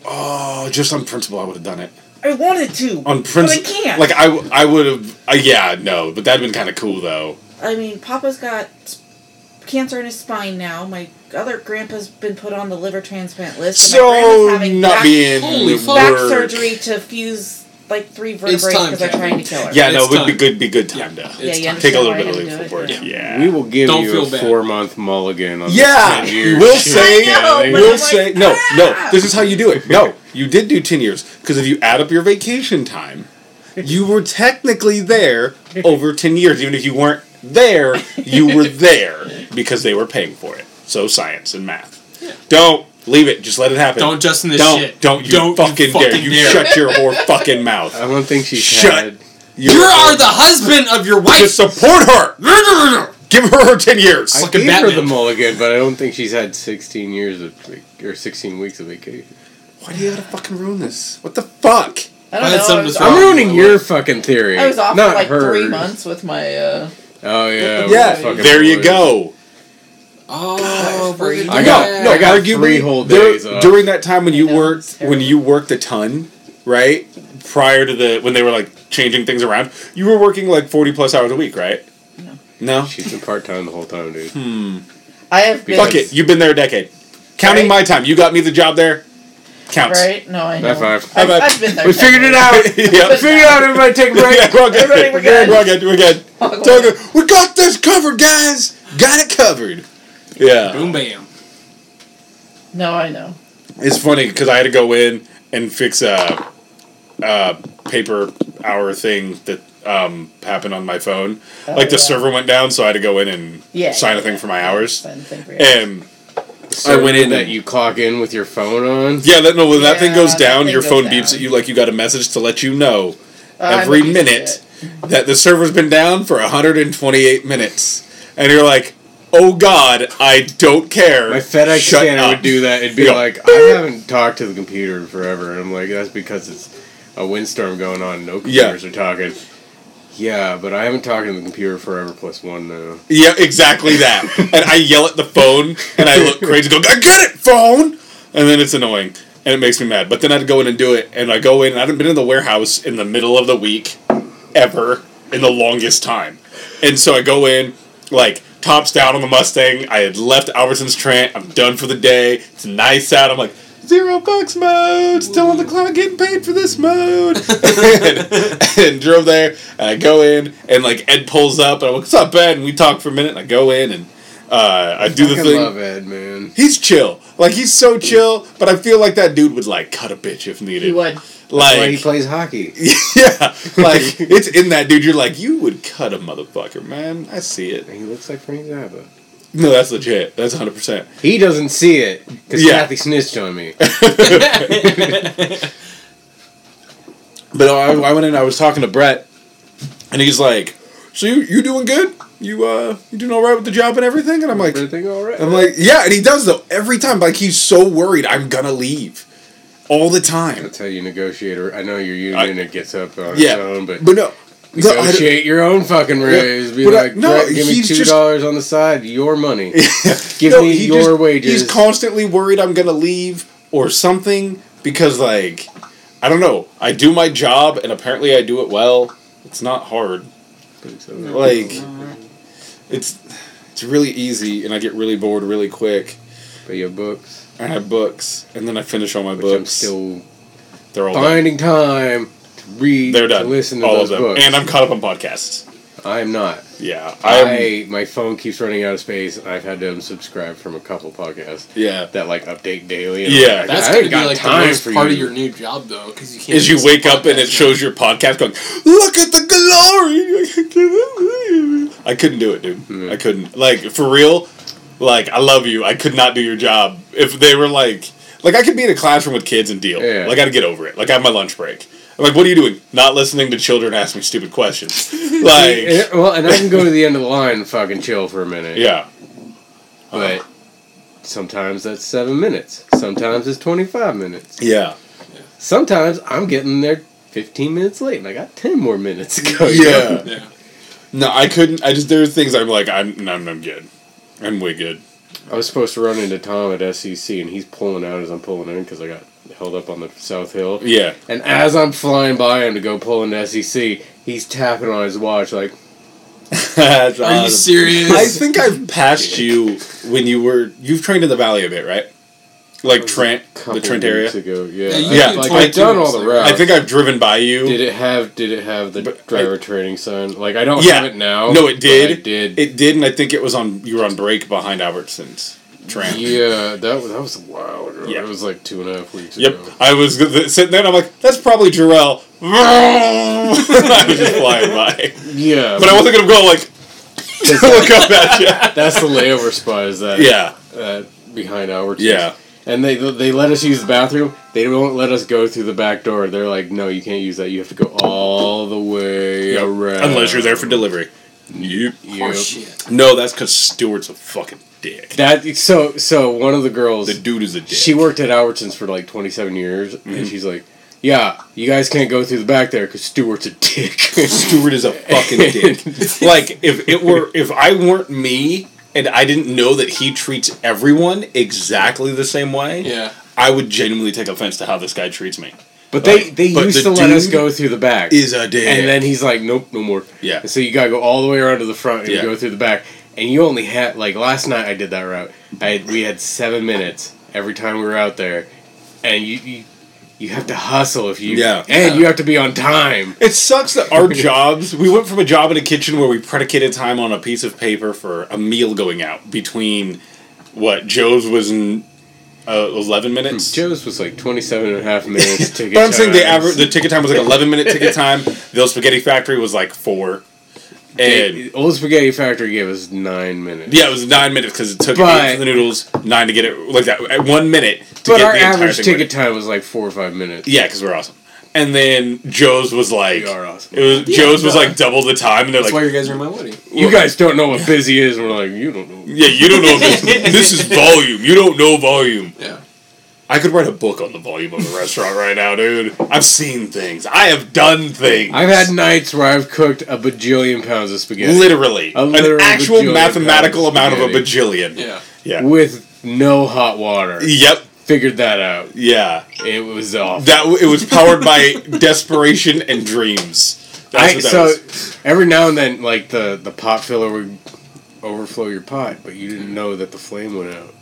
Speaker 1: oh, just on principle I would have done it.
Speaker 4: I wanted to.
Speaker 1: On principle.
Speaker 4: But I can't.
Speaker 1: Like I w- I would have uh, yeah, no, but that'd been kind of cool though.
Speaker 4: I mean, Papa's got s- cancer in his spine now. My other grandpa's been put on the liver transplant list. And my
Speaker 1: So
Speaker 4: grandma's having
Speaker 1: not
Speaker 4: back,
Speaker 1: being
Speaker 3: Holy
Speaker 1: the
Speaker 3: fuck.
Speaker 4: back
Speaker 1: work.
Speaker 4: surgery to fuse like three vertebrae
Speaker 3: time
Speaker 4: because they're
Speaker 3: travel.
Speaker 4: trying to kill her.
Speaker 1: Yeah, no,
Speaker 3: It's
Speaker 1: it would be
Speaker 3: time.
Speaker 1: good. Be good time to
Speaker 4: yeah,
Speaker 3: It's
Speaker 4: you
Speaker 3: time.
Speaker 4: understand
Speaker 1: take a little
Speaker 4: why I
Speaker 1: bit of
Speaker 4: gotta
Speaker 1: leave
Speaker 4: do it,
Speaker 1: for it.
Speaker 4: yeah.
Speaker 1: Yeah,
Speaker 2: We will give
Speaker 3: Don't
Speaker 2: you
Speaker 3: feel
Speaker 2: a
Speaker 3: bad.
Speaker 2: four month mulligan. On
Speaker 1: Yeah,
Speaker 2: this 10 years.
Speaker 1: we'll
Speaker 2: shit.
Speaker 1: say
Speaker 4: I know,
Speaker 2: Yeah,
Speaker 4: but-
Speaker 1: We'll
Speaker 4: I'm like,
Speaker 1: say no, no.
Speaker 4: "Ah!"
Speaker 1: This is how you do it. No, you did do ten years because if you add up your vacation time, you were technically there over ten years. Even if you weren't there, you were there because they were paying for it. So science and math. Don't leave it. Just let it happen.
Speaker 3: Don't Justin this
Speaker 1: don't,
Speaker 3: shit.
Speaker 1: Don't you
Speaker 3: Don't you
Speaker 1: fucking, dare.
Speaker 3: fucking
Speaker 1: You
Speaker 3: dare.
Speaker 1: shut your whore fucking mouth.
Speaker 2: I don't think she's
Speaker 1: Shut
Speaker 2: had.
Speaker 1: You
Speaker 3: You are the husband of your
Speaker 1: to
Speaker 3: wife.
Speaker 1: support her. Give her her ten years.
Speaker 2: I
Speaker 3: Fucking
Speaker 2: gave her the
Speaker 3: Batman.
Speaker 2: mulligan, but I don't think she's had 16 years of vac- or 16 weeks of vacation.
Speaker 1: Why do you gotta fucking ruin this? What the fuck?
Speaker 4: I
Speaker 3: I
Speaker 4: don't
Speaker 3: had
Speaker 4: know.
Speaker 3: some
Speaker 4: I was,
Speaker 3: dis-
Speaker 4: off,
Speaker 2: I'm ruining your fucking theory.
Speaker 4: I was off
Speaker 2: Oh, not
Speaker 4: for like
Speaker 2: hers.
Speaker 4: three months with my. Uh,
Speaker 2: Oh yeah. we
Speaker 1: Yeah,
Speaker 2: fucking
Speaker 1: there you
Speaker 2: bullied.
Speaker 1: go.
Speaker 3: Oh,
Speaker 4: Gosh,
Speaker 2: I
Speaker 3: no,
Speaker 2: got
Speaker 3: no.
Speaker 2: I got
Speaker 1: arguably,
Speaker 2: three whole
Speaker 1: there-
Speaker 2: days off.
Speaker 1: during that time when you
Speaker 4: know,
Speaker 1: worked
Speaker 4: it's terrible.
Speaker 1: when you worked a ton, right? Prior to the when they were like changing things around, you were working like forty plus hours a week, right? No,
Speaker 2: She's been part time the whole time, dude.
Speaker 4: I have been.
Speaker 1: fuck it. You've been there a decade. Counting
Speaker 4: Right.
Speaker 1: my time, you got me the job there. Counts.
Speaker 4: Right? No, I know.
Speaker 2: High five.
Speaker 4: I've,
Speaker 1: High five.
Speaker 4: I've been there.
Speaker 2: We figured it out. We
Speaker 1: yeah.
Speaker 2: figured it out. Everybody take a break.
Speaker 1: Yeah, we're all good.
Speaker 4: Everybody, we're
Speaker 1: We're good.
Speaker 4: good.
Speaker 1: We're good. We're good. It's all good. We got this covered, guys. Got it covered. Yeah.
Speaker 3: Boom bam.
Speaker 4: No, I know.
Speaker 1: It's funny because I had to go in and fix a, a paper hour thing that um, happened on my phone.
Speaker 4: Oh,
Speaker 1: like the
Speaker 4: yeah.
Speaker 1: server went down, so I had to go in and
Speaker 4: Yeah,
Speaker 1: sign
Speaker 4: yeah,
Speaker 1: a thing
Speaker 4: yeah.
Speaker 1: for my hours.
Speaker 4: Fun thing for you.
Speaker 1: And
Speaker 2: So
Speaker 1: I went in
Speaker 2: that
Speaker 1: and-
Speaker 2: you clock in with your phone on.
Speaker 1: yeah, that no, when that thing
Speaker 4: Yeah,
Speaker 1: goes
Speaker 4: that
Speaker 1: down,
Speaker 4: thing
Speaker 1: your
Speaker 4: goes
Speaker 1: phone
Speaker 4: down.
Speaker 1: beeps at you like you got a message to let you know
Speaker 4: I'm
Speaker 1: every
Speaker 4: a piece of
Speaker 1: minute
Speaker 4: shit.
Speaker 1: that the server's been down for 128 minutes, and you're like, "Oh God, I don't care."
Speaker 2: My FedEx
Speaker 1: Shut
Speaker 2: scanner
Speaker 1: up.
Speaker 2: would do that. It'd be
Speaker 1: Yeah.
Speaker 2: like, I haven't talked to the computer in forever. And I'm like, that's because it's a windstorm going on. No
Speaker 1: Yeah.
Speaker 2: computers are talking. Yeah, but I haven't talked to the computer forever plus one now.
Speaker 1: Yeah, exactly that. and I yell at the phone and I look crazy, go, I got it, phone! And then it's annoying and it makes me mad. But then I'd go in and do it. And I go in and I haven't been in the warehouse in the middle of the week ever in the longest time. And so I go in, like, tops down on the Mustang. I had left Albertson's Trent. I'm done for the day. It's nice out. I'm like, zero bucks mode. Still on the clock getting paid for this mode. and, and drove there. And I go in, and, like, Ed pulls up. And I'm like, what's up, Ed? And we talk for a minute. And I go in and uh, I do the
Speaker 2: I
Speaker 1: thing.
Speaker 2: love Ed, man.
Speaker 1: He's chill. Like he's so chill, but I feel like that dude would like cut a bitch if needed.
Speaker 4: He would.
Speaker 2: That's why he
Speaker 1: Like
Speaker 2: plays hockey.
Speaker 1: yeah, like it's in that dude. You're like you would cut a motherfucker, man. I see it.
Speaker 2: He looks like Frank Zappa.
Speaker 1: No, that's legit. That's 100. percent
Speaker 2: He doesn't see it because
Speaker 1: Yeah.
Speaker 2: Kathy snitched on me.
Speaker 1: But I, I went in. I was talking to Brett, and he's like, "So you you doing good? You uh you doing all right with the job and everything?" And I'm like,
Speaker 2: Everything all right?
Speaker 1: I'm like, yeah. And he does though every time. Like he's so worried I'm gonna leave all the time.
Speaker 2: That's how you negotiate. Or I know your
Speaker 1: I-
Speaker 2: union it gets up on
Speaker 1: Yeah,
Speaker 2: its own, but,
Speaker 1: but no. No, I don't-
Speaker 2: negotiate your own fucking raise. Be
Speaker 1: but I-
Speaker 2: like,
Speaker 1: no,
Speaker 2: "Brett, give me
Speaker 1: he's
Speaker 2: two
Speaker 1: just-
Speaker 2: dollars on the side, your money. Give
Speaker 1: No,
Speaker 2: me
Speaker 1: he
Speaker 2: your
Speaker 1: just-
Speaker 2: wages.
Speaker 1: He's constantly worried I'm gonna leave or something because like I don't know. I do my job and apparently I do it well. It's not hard. Like it's it's really easy and I get really bored really quick.
Speaker 2: but your books,
Speaker 1: I have books and then I finish all my
Speaker 2: which
Speaker 1: books.
Speaker 2: I'm still
Speaker 1: They're all done.
Speaker 2: finding time to read,
Speaker 1: They're done.
Speaker 2: to listen to
Speaker 1: all
Speaker 2: those
Speaker 1: of them.
Speaker 2: books.
Speaker 1: And I'm caught up on podcasts.
Speaker 2: I'm not.
Speaker 1: Yeah. I'm
Speaker 2: I my phone keeps running out of space. I've had to unsubscribe from a couple podcasts
Speaker 1: yeah.
Speaker 2: that like update daily. and
Speaker 1: Yeah.
Speaker 2: I'm like,
Speaker 3: That's
Speaker 2: I
Speaker 3: gonna
Speaker 2: ain't
Speaker 3: be
Speaker 2: got
Speaker 3: like the
Speaker 2: time
Speaker 3: worst
Speaker 2: for
Speaker 3: part
Speaker 2: you.
Speaker 3: of your new job though, because you can't.
Speaker 1: Is you
Speaker 3: just
Speaker 1: wake up and it
Speaker 3: podcast
Speaker 1: shows your podcast going, look at the glory. I couldn't do it, dude.
Speaker 3: Mm-hmm.
Speaker 2: Mm.
Speaker 1: I couldn't. Like for real, like I love you. I could not do your job if they were like, like I could be in a classroom with kids and deal.
Speaker 2: Yeah.
Speaker 1: Like I got to get over it. Like I have my lunch break. I'm like, what are you doing? Not listening to children ask me stupid questions. like,
Speaker 2: And- eh, well, and I can go to the end of the line and fucking chill for a minute.
Speaker 1: yeah,
Speaker 2: But sometimes that's seven minutes. Sometimes it's 25 minutes.
Speaker 1: yeah,
Speaker 2: Sometimes I'm getting there 15 minutes late and I got 10 more minutes to go.
Speaker 1: yeah.
Speaker 3: Oh, Yeah.
Speaker 1: No, I couldn't. I just there are things I'm like, I'm, I'm, I'm good. I'm way good.
Speaker 2: I was supposed to run into Tom at SEC and he's pulling out as I'm pulling in because I got held up on the South Hill.
Speaker 1: Yeah.
Speaker 2: And as I'm flying by him to go pull into SEC, he's tapping on his watch like,
Speaker 1: That's
Speaker 3: Are you
Speaker 1: awesome.
Speaker 3: serious?
Speaker 1: I think I've passed you when you were you've trained in the valley a bit, right? like Trent, the
Speaker 2: Couple
Speaker 1: Trent area.
Speaker 2: weeks ago, yeah.
Speaker 1: Yeah,
Speaker 2: I,
Speaker 1: you
Speaker 2: like
Speaker 1: told me
Speaker 2: I've done all
Speaker 3: two weeks
Speaker 2: the
Speaker 3: ago.
Speaker 2: routes.
Speaker 1: I think I've driven by you.
Speaker 2: Did it have Did it have the
Speaker 1: But
Speaker 2: driver training sign? Like I don't
Speaker 1: Yeah.
Speaker 2: have it now.
Speaker 1: No, it
Speaker 2: but
Speaker 1: did.
Speaker 2: I did.
Speaker 1: It did, and I think it was on. You were on break behind Albertsons. Trent.
Speaker 2: yeah, that was that was wild.
Speaker 1: Yeah.
Speaker 2: It was like two and a half weeks
Speaker 1: Yep.
Speaker 2: ago.
Speaker 1: I was th- sitting there, and I'm like, "That's probably Jarrell." I was just flying by,
Speaker 2: Yeah,
Speaker 1: but I wasn't gonna go like look up at
Speaker 2: that's the layover spot. Is that
Speaker 1: you. Yeah.
Speaker 2: That behind Albertsons.
Speaker 1: Yeah.
Speaker 2: And they they let us use the bathroom. They won't let us go through the back door. They're like, no, you can't use that. You have to go all the way around.
Speaker 1: Unless you're there for delivery. Yep.
Speaker 2: Yep.
Speaker 3: Oh, shit.
Speaker 1: No, that's because Stewart's a fucking dick.
Speaker 2: That so so one of the girls
Speaker 1: The dude is a dick. Mm-hmm.
Speaker 2: she worked at Albertsons for like 27 years, and she's like, "Yeah, you guys can't go through the back there because Stewart's a dick."
Speaker 1: Stewart is a fucking dick. like if it were if I weren't me and I didn't know that he treats everyone exactly the same way,
Speaker 3: Yeah.
Speaker 1: I would genuinely take offense to how this guy treats me.
Speaker 2: but they
Speaker 1: Like,
Speaker 2: they
Speaker 1: but
Speaker 2: used to
Speaker 1: the
Speaker 2: let us
Speaker 1: dude
Speaker 2: go through the back,
Speaker 1: Is a dick.
Speaker 2: and then he's like, "Nope, no more."
Speaker 1: Yeah.
Speaker 2: And so you gotta go all the way around to the front and you
Speaker 1: Yeah.
Speaker 2: go through the back, and you only had like last night I did that route. I had, we had seven minutes every time we were out there, and you. you you have to hustle if you,
Speaker 1: Yeah.
Speaker 2: and you have to be on time.
Speaker 1: It sucks that our jobs, we went from a job in a kitchen where we predicated time on a piece of paper for a meal going out between what Joe's was in uh, 11 minutes.
Speaker 2: Joe's was like 27 and a half minutes to get.
Speaker 1: But I'm saying the
Speaker 2: times.
Speaker 1: average, the ticket time was like 11 minute ticket time. The old spaghetti factory was like four. And
Speaker 2: It- Old Spaghetti Factory gave us nine minutes.
Speaker 1: yeah, it was nine minutes because it took
Speaker 2: But-
Speaker 1: eight for the noodles, nine to get it like that at one minute to
Speaker 2: but
Speaker 1: get
Speaker 2: our
Speaker 1: the entire
Speaker 2: average
Speaker 1: thing.
Speaker 2: ticket
Speaker 1: ready.
Speaker 2: time was like four or five minutes.
Speaker 1: yeah, because we're awesome. And then Joe's was like,
Speaker 2: We are awesome.
Speaker 1: it was Joe's was
Speaker 3: duh.
Speaker 1: like double the time, and they're
Speaker 3: That's
Speaker 1: like,
Speaker 3: why you guys are my wedding.
Speaker 2: You guys don't know what busy is, and we're like, you don't know.
Speaker 1: Yeah, you don't know this. this is volume. You don't know volume.
Speaker 3: Yeah.
Speaker 1: I could write a book on the volume of a restaurant right now, dude. I've seen things. I have done things.
Speaker 2: I've had nights where I've cooked a bajillion pounds of spaghetti
Speaker 1: literally
Speaker 2: A literal
Speaker 1: an actual
Speaker 2: bajillion
Speaker 1: mathematical amount
Speaker 2: pounds
Speaker 1: of a bajillion.
Speaker 3: Yeah.
Speaker 1: Yeah.
Speaker 2: with no hot water.
Speaker 1: Yep.
Speaker 2: Figured that out.
Speaker 1: Yeah.
Speaker 2: It was off.
Speaker 1: That it was powered by desperation and dreams. That's
Speaker 2: I,
Speaker 1: what that
Speaker 2: so
Speaker 1: was.
Speaker 2: every now and then, like the the pot filler would overflow your pot, but you didn't know that the flame went out.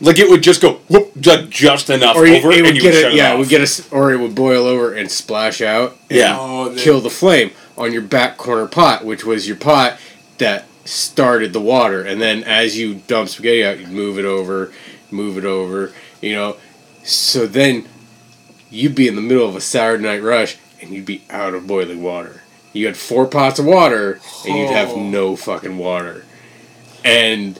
Speaker 1: Like it would just go whoop, ju- just enough
Speaker 2: Or you,
Speaker 1: over,
Speaker 2: it
Speaker 1: and
Speaker 2: would
Speaker 1: you
Speaker 2: get
Speaker 1: would
Speaker 2: a,
Speaker 1: shut
Speaker 2: yeah,
Speaker 1: it
Speaker 2: it would
Speaker 1: off.
Speaker 2: get us, or it would boil over and splash out.
Speaker 1: yeah.
Speaker 3: Oh, the-
Speaker 2: kill the flame on your back corner pot, which was your pot that started the water. And then as you dump spaghetti out, you move it over, move it over, you know. So then you'd be in the middle of a Saturday night rush and you'd be out of boiling water. You had four pots of water and you'd have
Speaker 3: Oh.
Speaker 2: no fucking water. And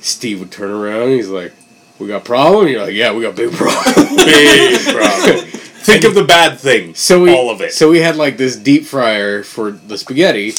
Speaker 2: Steve would turn around and he's like, We got a problem? You're like, Yeah, we got a big problem.
Speaker 1: Big problem. Think of the bad thing.
Speaker 2: So we
Speaker 1: all of it.
Speaker 2: So we had like this deep fryer for the spaghetti,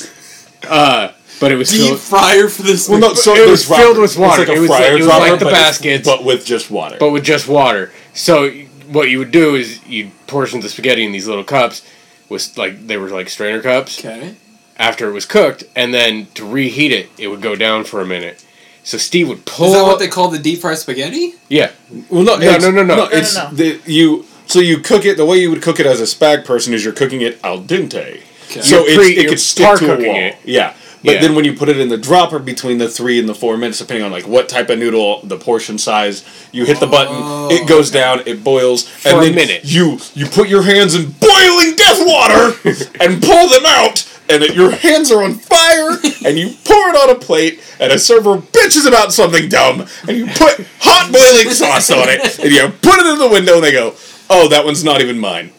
Speaker 2: uh, but it was
Speaker 3: deep
Speaker 2: filled.
Speaker 3: fryer for this.
Speaker 1: Well, no, so
Speaker 2: it
Speaker 1: there's
Speaker 2: was filled
Speaker 1: dropper.
Speaker 2: with water.
Speaker 1: It's like a
Speaker 2: It was like-
Speaker 1: fryer
Speaker 2: it was
Speaker 1: dropper,
Speaker 2: like the
Speaker 1: but it's-
Speaker 2: baskets.
Speaker 1: but with just water.
Speaker 2: but with just water. So what you would do is you would portion the spaghetti in these little cups, with like they were like strainer cups.
Speaker 3: okay.
Speaker 2: After it was cooked, and then to reheat it, it would go down for a minute. So Steve would pull.
Speaker 3: Is that what they call the deep fry spaghetti?
Speaker 2: Yeah,
Speaker 1: well, no,
Speaker 2: no,
Speaker 1: it's-
Speaker 2: no, no, no.
Speaker 1: It's
Speaker 4: no, no.
Speaker 1: The, you. So you cook it the way you would cook it as a spag person is you're cooking it al dente.
Speaker 3: Okay.
Speaker 1: So
Speaker 2: You're
Speaker 1: it's,
Speaker 2: pre-
Speaker 1: it
Speaker 2: you're
Speaker 1: could stick
Speaker 2: par
Speaker 1: to a
Speaker 2: cooking
Speaker 1: wall.
Speaker 2: it.
Speaker 1: Yeah. But
Speaker 2: Yeah.
Speaker 1: then when you put it in the dropper between the three and the four minutes, depending on like what type of noodle, the portion size, you hit the button, it goes down, it boils, and
Speaker 2: a
Speaker 1: then
Speaker 2: minute.
Speaker 1: you you put your hands in boiling death water and pull them out, and it, your hands are on fire, and you pour it on a plate, and a server bitches about something dumb, and you put hot boiling sauce on it, and you put it in the window, and they go, "Oh, that one's not even mine."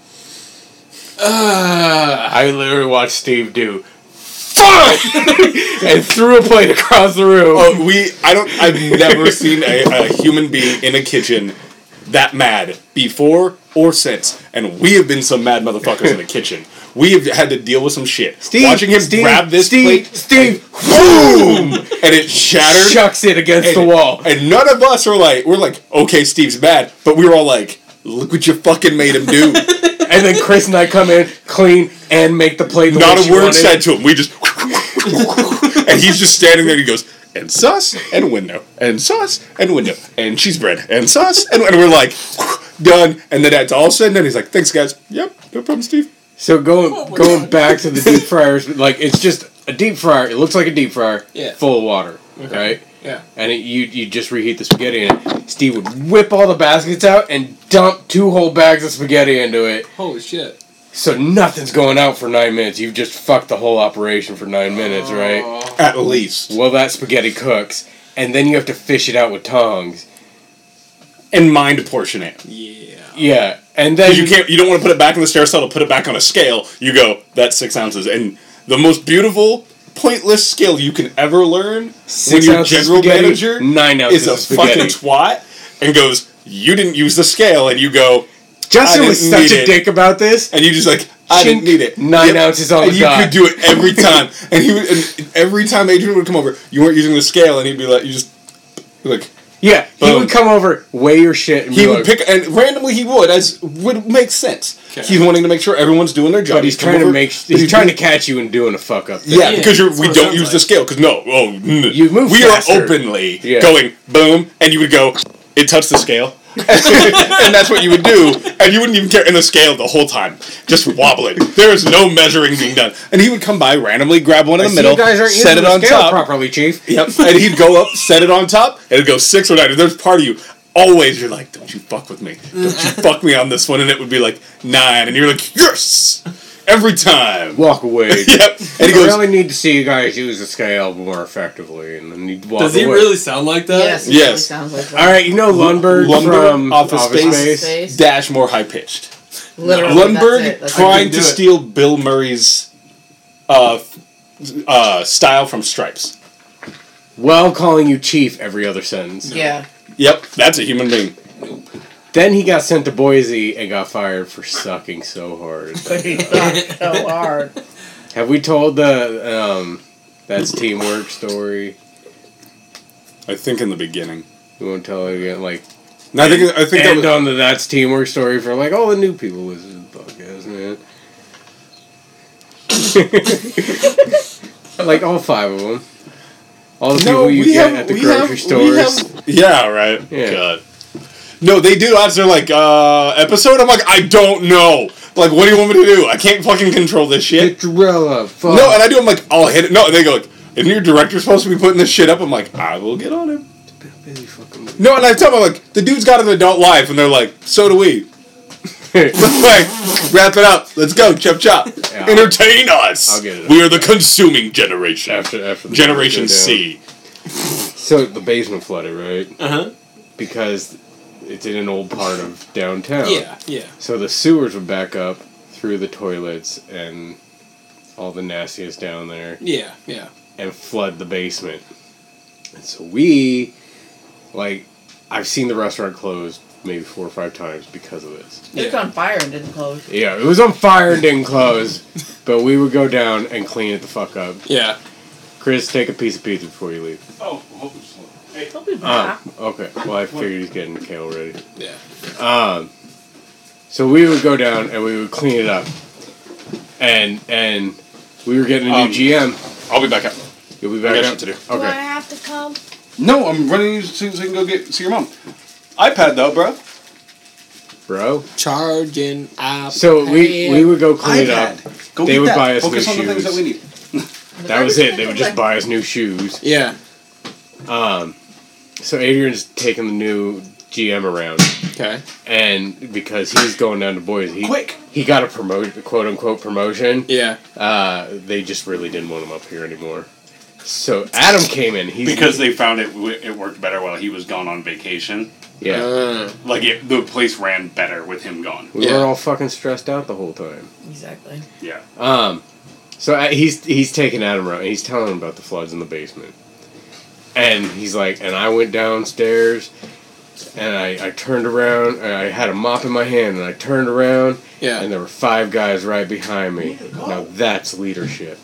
Speaker 2: I literally watched Steve do. Fuck! and threw a plate across the room.
Speaker 1: Oh, we. I don't. I've never seen a, a human being in a kitchen that mad before or since. And we have been some mad motherfuckers in the kitchen. We have had to deal with some shit. Watching him
Speaker 2: Steve,
Speaker 1: grab this
Speaker 2: Steve,
Speaker 1: plate,
Speaker 2: Steve,
Speaker 1: boom, and it shattered.
Speaker 2: chucks it against the wall.
Speaker 1: And none of us are like, we're like, okay, Steve's mad, but we were all like, look what you fucking made him do.
Speaker 2: And then Chris and I come in, clean, and make the play. The
Speaker 1: Not
Speaker 2: way
Speaker 1: a
Speaker 2: she
Speaker 1: word
Speaker 2: wanted.
Speaker 1: said to him. We just, and he's just standing there. and He goes and sus and window and sus and window and cheese bread and sus and, and we're like done. And then that's all said and done. He's like, thanks guys. Yep, no problem, Steve.
Speaker 2: So going
Speaker 3: my
Speaker 2: going
Speaker 3: God.
Speaker 2: back to the deep fryers, like it's just a deep fryer. It looks like a deep fryer,
Speaker 3: Yeah.
Speaker 2: full of water, right?
Speaker 3: Yeah.
Speaker 2: and it, you you just reheat the spaghetti and Steve would whip all the baskets out and dump two whole bags of spaghetti into it.
Speaker 3: Holy shit.
Speaker 2: So nothing's going out for nine minutes. You've just fucked the whole operation for nine minutes, right?
Speaker 3: Oh,
Speaker 1: At least.
Speaker 2: Well, that spaghetti cooks, and then you have to fish it out with tongs.
Speaker 1: And mind portion it.
Speaker 3: yeah.
Speaker 2: Yeah, and then
Speaker 1: Because you can't you don't want to put it back on the stair settle, put it back on a scale. You go, that's six ounces. And the most beautiful, pointless skill you can ever learn when
Speaker 2: Six
Speaker 1: your
Speaker 2: ounces of
Speaker 1: general
Speaker 2: spaghetti,
Speaker 1: manager
Speaker 2: nine ounces
Speaker 1: is a
Speaker 2: of spaghetti.
Speaker 1: fucking twat and goes, You didn't use the scale and you go
Speaker 2: Justin
Speaker 1: I
Speaker 2: was
Speaker 1: didn't
Speaker 2: such
Speaker 1: need
Speaker 2: a
Speaker 1: it.
Speaker 2: dick about this.
Speaker 1: and you just like I didn't
Speaker 2: Chink,
Speaker 1: need it.
Speaker 2: nine ounces on
Speaker 1: and
Speaker 2: the
Speaker 1: you
Speaker 2: dot.
Speaker 1: could do it every time. and he would and every time Adrian would come over, you weren't using the scale and he'd be like you just like
Speaker 2: Yeah, he
Speaker 1: Boom.
Speaker 2: would come over, weigh your shit, and
Speaker 1: He
Speaker 2: be
Speaker 1: would
Speaker 2: like,
Speaker 1: pick, and randomly he would, as would make sense.
Speaker 3: Okay.
Speaker 1: He's wanting to make sure everyone's doing their job.
Speaker 2: But he's
Speaker 1: come
Speaker 2: trying to
Speaker 1: over-
Speaker 2: make.
Speaker 1: but
Speaker 2: He's, trying to catch you and doing a fuck up. Thing.
Speaker 1: Yeah,
Speaker 3: Yeah,
Speaker 1: because you're,
Speaker 3: that's
Speaker 1: we
Speaker 3: what it
Speaker 1: don't
Speaker 3: sounds
Speaker 1: use the scale.
Speaker 3: like.
Speaker 1: Because no, oh, n-
Speaker 2: You move
Speaker 1: We are
Speaker 2: faster.
Speaker 1: openly
Speaker 2: Yeah.
Speaker 1: going boom, and you would go. It touched the scale, and that's what you would do, and you wouldn't even care. in the scale the whole time, just wobbling. There is no measuring being done. And he would come by randomly, grab one in the
Speaker 2: So
Speaker 1: middle,
Speaker 2: you guys aren't
Speaker 1: set
Speaker 2: using
Speaker 1: it
Speaker 2: the
Speaker 1: on
Speaker 2: scale
Speaker 1: top.
Speaker 2: properly, Chief.
Speaker 1: Yep. And he'd go up, set it on top, and it'd go six or nine. And there's part of you always you're like, Don't you fuck with me. Don't you fuck me on this one. And it would be like nine. And you're like, Yes! Every time.
Speaker 2: Walk away.
Speaker 1: Yep. And
Speaker 2: I
Speaker 1: he goes
Speaker 2: really need to see you guys use the scale more effectively, and then you walk
Speaker 3: Does he
Speaker 2: away.
Speaker 3: really sound like that?
Speaker 4: Yes. it
Speaker 1: Yes.
Speaker 4: really Sounds like that.
Speaker 2: All right, you know Lundberg,
Speaker 1: Lundberg,
Speaker 2: from
Speaker 1: Office
Speaker 2: Office,
Speaker 1: Space.
Speaker 2: Space.
Speaker 4: Space.
Speaker 1: dash more high pitched.
Speaker 4: Literally.
Speaker 1: Lundberg
Speaker 4: that's it. That's
Speaker 3: I
Speaker 1: trying to
Speaker 3: can do it.
Speaker 1: steal Bill Murray's uh uh, style from Stripes.
Speaker 2: While calling you Chief every other sentence.
Speaker 4: it. Yeah.
Speaker 1: Yep, that's a human being.
Speaker 2: Then he got sent to Boise and got fired for sucking so hard.
Speaker 4: But he fucked so hard.
Speaker 2: Have we told the um, that's teamwork story?
Speaker 1: I think in the beginning.
Speaker 2: We won't tell it again. Like
Speaker 1: And I think I think that
Speaker 2: end
Speaker 1: was,
Speaker 2: on the that's teamwork story for like all the new people listening to the podcast, man. like all five of them, all the people you get at the grocery stores.
Speaker 1: yeah, right.
Speaker 2: Yeah.
Speaker 1: God. No, they do ads. They're like, uh, episode? I'm like, I don't know. Like, what do you want me to do? I can't fucking control this
Speaker 2: Get
Speaker 1: shit.
Speaker 2: Drella, fuck.
Speaker 1: No, and I do. I'm like, I'll hit it. No, and they go, like, isn't your director supposed to be putting this shit up? I'm like, I will get on him.
Speaker 2: Busy fucking-
Speaker 1: No, and I tell them, like, the dude's got an adult life. And they're like, so do we. like, wrap it up. Let's go. Chop chop.
Speaker 2: Yeah.
Speaker 1: Entertain us.
Speaker 2: I'll get it up.
Speaker 1: we are the consuming generation.
Speaker 2: After- after the-
Speaker 1: generation
Speaker 2: Yeah.
Speaker 1: C.
Speaker 2: So the basement flooded, right?
Speaker 3: Uh huh.
Speaker 2: Because it's in an old part of downtown.
Speaker 3: Yeah. Yeah.
Speaker 2: So the sewers would back up through the toilets and all the nastiest down there
Speaker 3: Yeah. Yeah.
Speaker 2: and flood the basement. And so we, like, I've seen the restaurant close maybe four or five times because of this.
Speaker 4: It's
Speaker 3: Yeah.
Speaker 4: on fire and didn't close.
Speaker 2: Yeah, it was on fire and didn't close, but we would go down and clean it the fuck up.
Speaker 3: Yeah.
Speaker 2: Chris, take a piece of pizza before you leave.
Speaker 1: Oh,
Speaker 4: He'll be back.
Speaker 2: Oh, okay. Well, I figured he's getting kale ready.
Speaker 3: Yeah.
Speaker 2: So we would go down and we would clean it up, and and we were getting a new
Speaker 1: Um,
Speaker 2: GM.
Speaker 1: I'll be back up.
Speaker 2: You'll be
Speaker 1: I
Speaker 2: back
Speaker 1: got
Speaker 2: up
Speaker 1: shit to do.
Speaker 5: Do I
Speaker 2: Okay.
Speaker 5: have to come?
Speaker 1: No, I'm running you so so you can go get see your mom. iPad though, bro.
Speaker 2: bro.
Speaker 3: Charging up.
Speaker 2: So we we would go clean it up.
Speaker 1: iPad. Go
Speaker 2: They
Speaker 1: get
Speaker 2: would
Speaker 1: that.
Speaker 2: buy us
Speaker 1: Focus
Speaker 2: new
Speaker 1: on the things
Speaker 2: shoes.
Speaker 1: that we need.
Speaker 2: That was it. They would just buy us new shoes.
Speaker 3: Yeah.
Speaker 2: So Adrian's taking the new GM around,
Speaker 3: Okay.
Speaker 2: and because he's going down to Boise, he,
Speaker 1: Quick.
Speaker 2: he got a promotion, quote unquote promotion.
Speaker 3: Yeah.
Speaker 2: Uh, they just really didn't want him up here anymore. So Adam came in. He's
Speaker 6: because they found it w- it worked better while he was gone on vacation.
Speaker 2: yeah.
Speaker 3: Uh,
Speaker 6: Like it, the place ran better with him gone.
Speaker 2: we
Speaker 3: Yeah.
Speaker 2: were all fucking stressed out the whole time.
Speaker 4: Exactly.
Speaker 6: Yeah,
Speaker 2: Um, so uh, he's he's taking Adam around. and He's telling him about the floods in the basement, and he's like, and I went downstairs, and I I turned around. And I had a mop in my hand, and I turned around,
Speaker 3: Yeah.
Speaker 2: and there were five guys right behind me. Now that's leadership.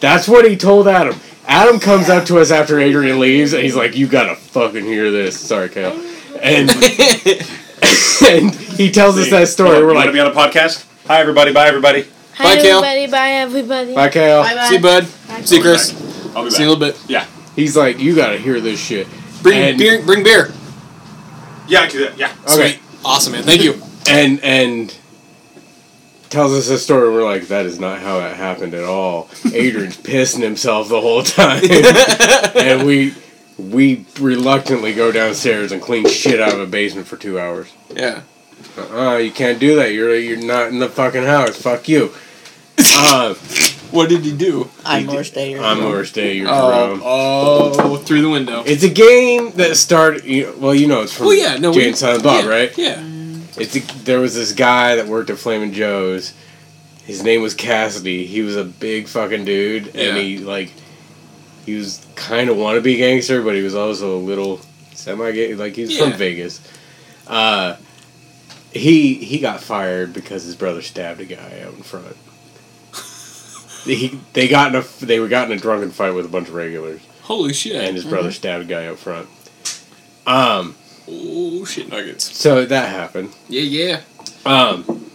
Speaker 2: That's what he told Adam. Adam comes up to us after Adrian leaves, and he's like, "You gotta fucking hear this." Sorry, Kyle. And and he tells us that story. We're
Speaker 6: want to be
Speaker 2: like,
Speaker 6: on a podcast? Hi, everybody. Bye, everybody.
Speaker 5: Hi,
Speaker 3: Bye, Kale.
Speaker 5: everybody. Bye, everybody.
Speaker 2: "Bye, Kyle."
Speaker 4: Bye bye.
Speaker 3: see you, bud.
Speaker 5: Bye.
Speaker 3: See you, Chris.
Speaker 6: I'll be back.
Speaker 3: See you in a little bit.
Speaker 6: yeah,
Speaker 2: He's like, you gotta hear this shit.
Speaker 3: Bring
Speaker 2: And-
Speaker 3: beer. Bring beer.
Speaker 6: yeah, I can do that. yeah.
Speaker 2: Okay.
Speaker 3: Sweet. Awesome, man. Thank you.
Speaker 2: And and tells us a story. We're like, that is not how it happened at all. Adrian's pissing himself the whole time, and we we reluctantly go downstairs and clean shit out of a basement for two hours.
Speaker 3: Yeah.
Speaker 2: Uh, you can't do that. You're you're not in the fucking house. Fuck you. Uh,
Speaker 3: What did you do?
Speaker 4: I'm more stay
Speaker 2: I'm overstaying your
Speaker 3: Oh,
Speaker 2: room.
Speaker 3: oh, through the window.
Speaker 2: Um, It's a game that started. You know, well, you know it's from
Speaker 3: Oh yeah, no. we-
Speaker 2: Jay and Silent Bob,
Speaker 3: yeah,
Speaker 2: right?
Speaker 3: Yeah.
Speaker 2: It's a, there was this guy that worked at Flamin' Joe's. His name was Cassidy. He was a big fucking dude, and
Speaker 3: Yeah.
Speaker 2: he like he was kind of wannabe gangster, but he was also a little semi gay. Like he's
Speaker 3: Yeah.
Speaker 2: from Vegas. Uh, he he got fired because his brother stabbed a guy out in front. he they got in a they were got in a drunken fight with a bunch of regulars,
Speaker 3: Holy shit.
Speaker 2: and his brother stabbed a guy out front. Um,
Speaker 3: oh shit nuggets.
Speaker 2: so that happened.
Speaker 3: Yeah, yeah.
Speaker 2: Um,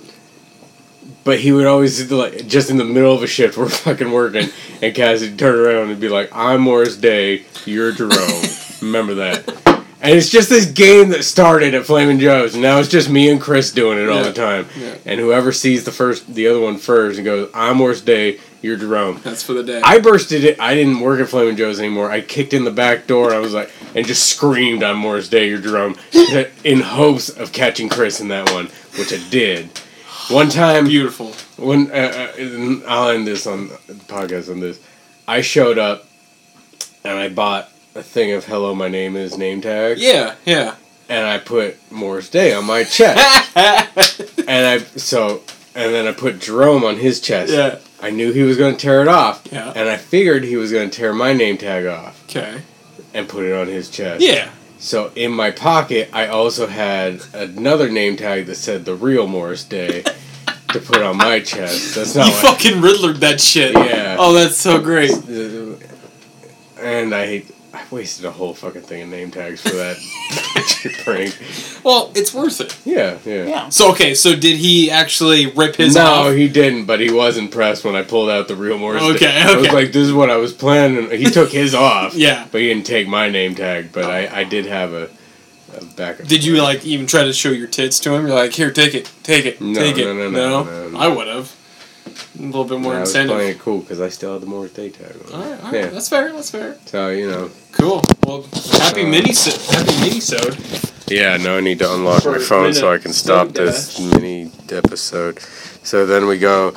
Speaker 2: but he would always do, like just in the middle of a shift we're fucking working, and Cassidy would turn around and be like, "I'm Morris Day, you're Jerome." Remember that. And it's just this game that started at Flamin' Joe's, and now it's just me and Chris doing it all
Speaker 3: Yeah.
Speaker 2: the time.
Speaker 3: Yeah.
Speaker 2: And whoever sees the first, the other one first, and goes, "I'm Morris Day, you're Jerome."
Speaker 3: That's for the day.
Speaker 2: I bursted it. I didn't work at Flamin' Joe's anymore. I kicked in the back door. I was like, and just screamed on Morris Day, your drum, in hopes of catching Chris in that one, which I did. One time,
Speaker 3: Beautiful.
Speaker 2: when uh, uh, and I'll end this on the podcast on this, I showed up and I bought a thing of "Hello, my name is" name tag,
Speaker 3: Yeah, yeah.
Speaker 2: and I put Morris Day on my chest, and I so and then I put Jerome on his chest.
Speaker 3: Yeah.
Speaker 2: I knew he was going to tear it off.
Speaker 3: Yeah.
Speaker 2: And I figured he was going to tear my name tag off
Speaker 3: Okay.
Speaker 2: and put it on his chest.
Speaker 3: Yeah.
Speaker 2: So in my pocket, I also had another name tag that said the real Morris Day to put on my chest. That's not
Speaker 3: you
Speaker 2: what
Speaker 3: fucking riddlered that shit.
Speaker 2: Yeah.
Speaker 3: Oh, that's so great.
Speaker 2: And I I wasted a whole fucking thing of name tags for that prank.
Speaker 3: Well, it's worth it.
Speaker 2: Yeah, yeah.
Speaker 4: Yeah.
Speaker 3: So okay, so did he actually rip his
Speaker 2: no,
Speaker 3: off?
Speaker 2: he didn't, but he was impressed when I pulled out the real Morris.
Speaker 3: Okay,
Speaker 2: Day. I was
Speaker 3: okay.
Speaker 2: like, this is what I was planning. He took his off.
Speaker 3: Yeah.
Speaker 2: But he didn't take my name tag, but I, I did have a, a backup.
Speaker 3: Did you like even try to show your tits to him? You're like, here, take it, take it,
Speaker 2: No,
Speaker 3: take it.
Speaker 2: no, no, no, no, no.
Speaker 3: I would have. A little bit more
Speaker 2: I was
Speaker 3: incentive.
Speaker 2: playing it cool because I still had the Morris Day tag on.
Speaker 3: All right, all right,
Speaker 2: yeah.
Speaker 3: that's fair. That's fair.
Speaker 2: So, you know.
Speaker 3: Cool. Well, happy
Speaker 2: Uh,
Speaker 3: mini, happy mini
Speaker 2: Yeah, no, I need to unlock my
Speaker 3: For
Speaker 2: phone so I
Speaker 3: minute.
Speaker 2: can stop
Speaker 3: Don't do
Speaker 2: this mini episode. So then we go.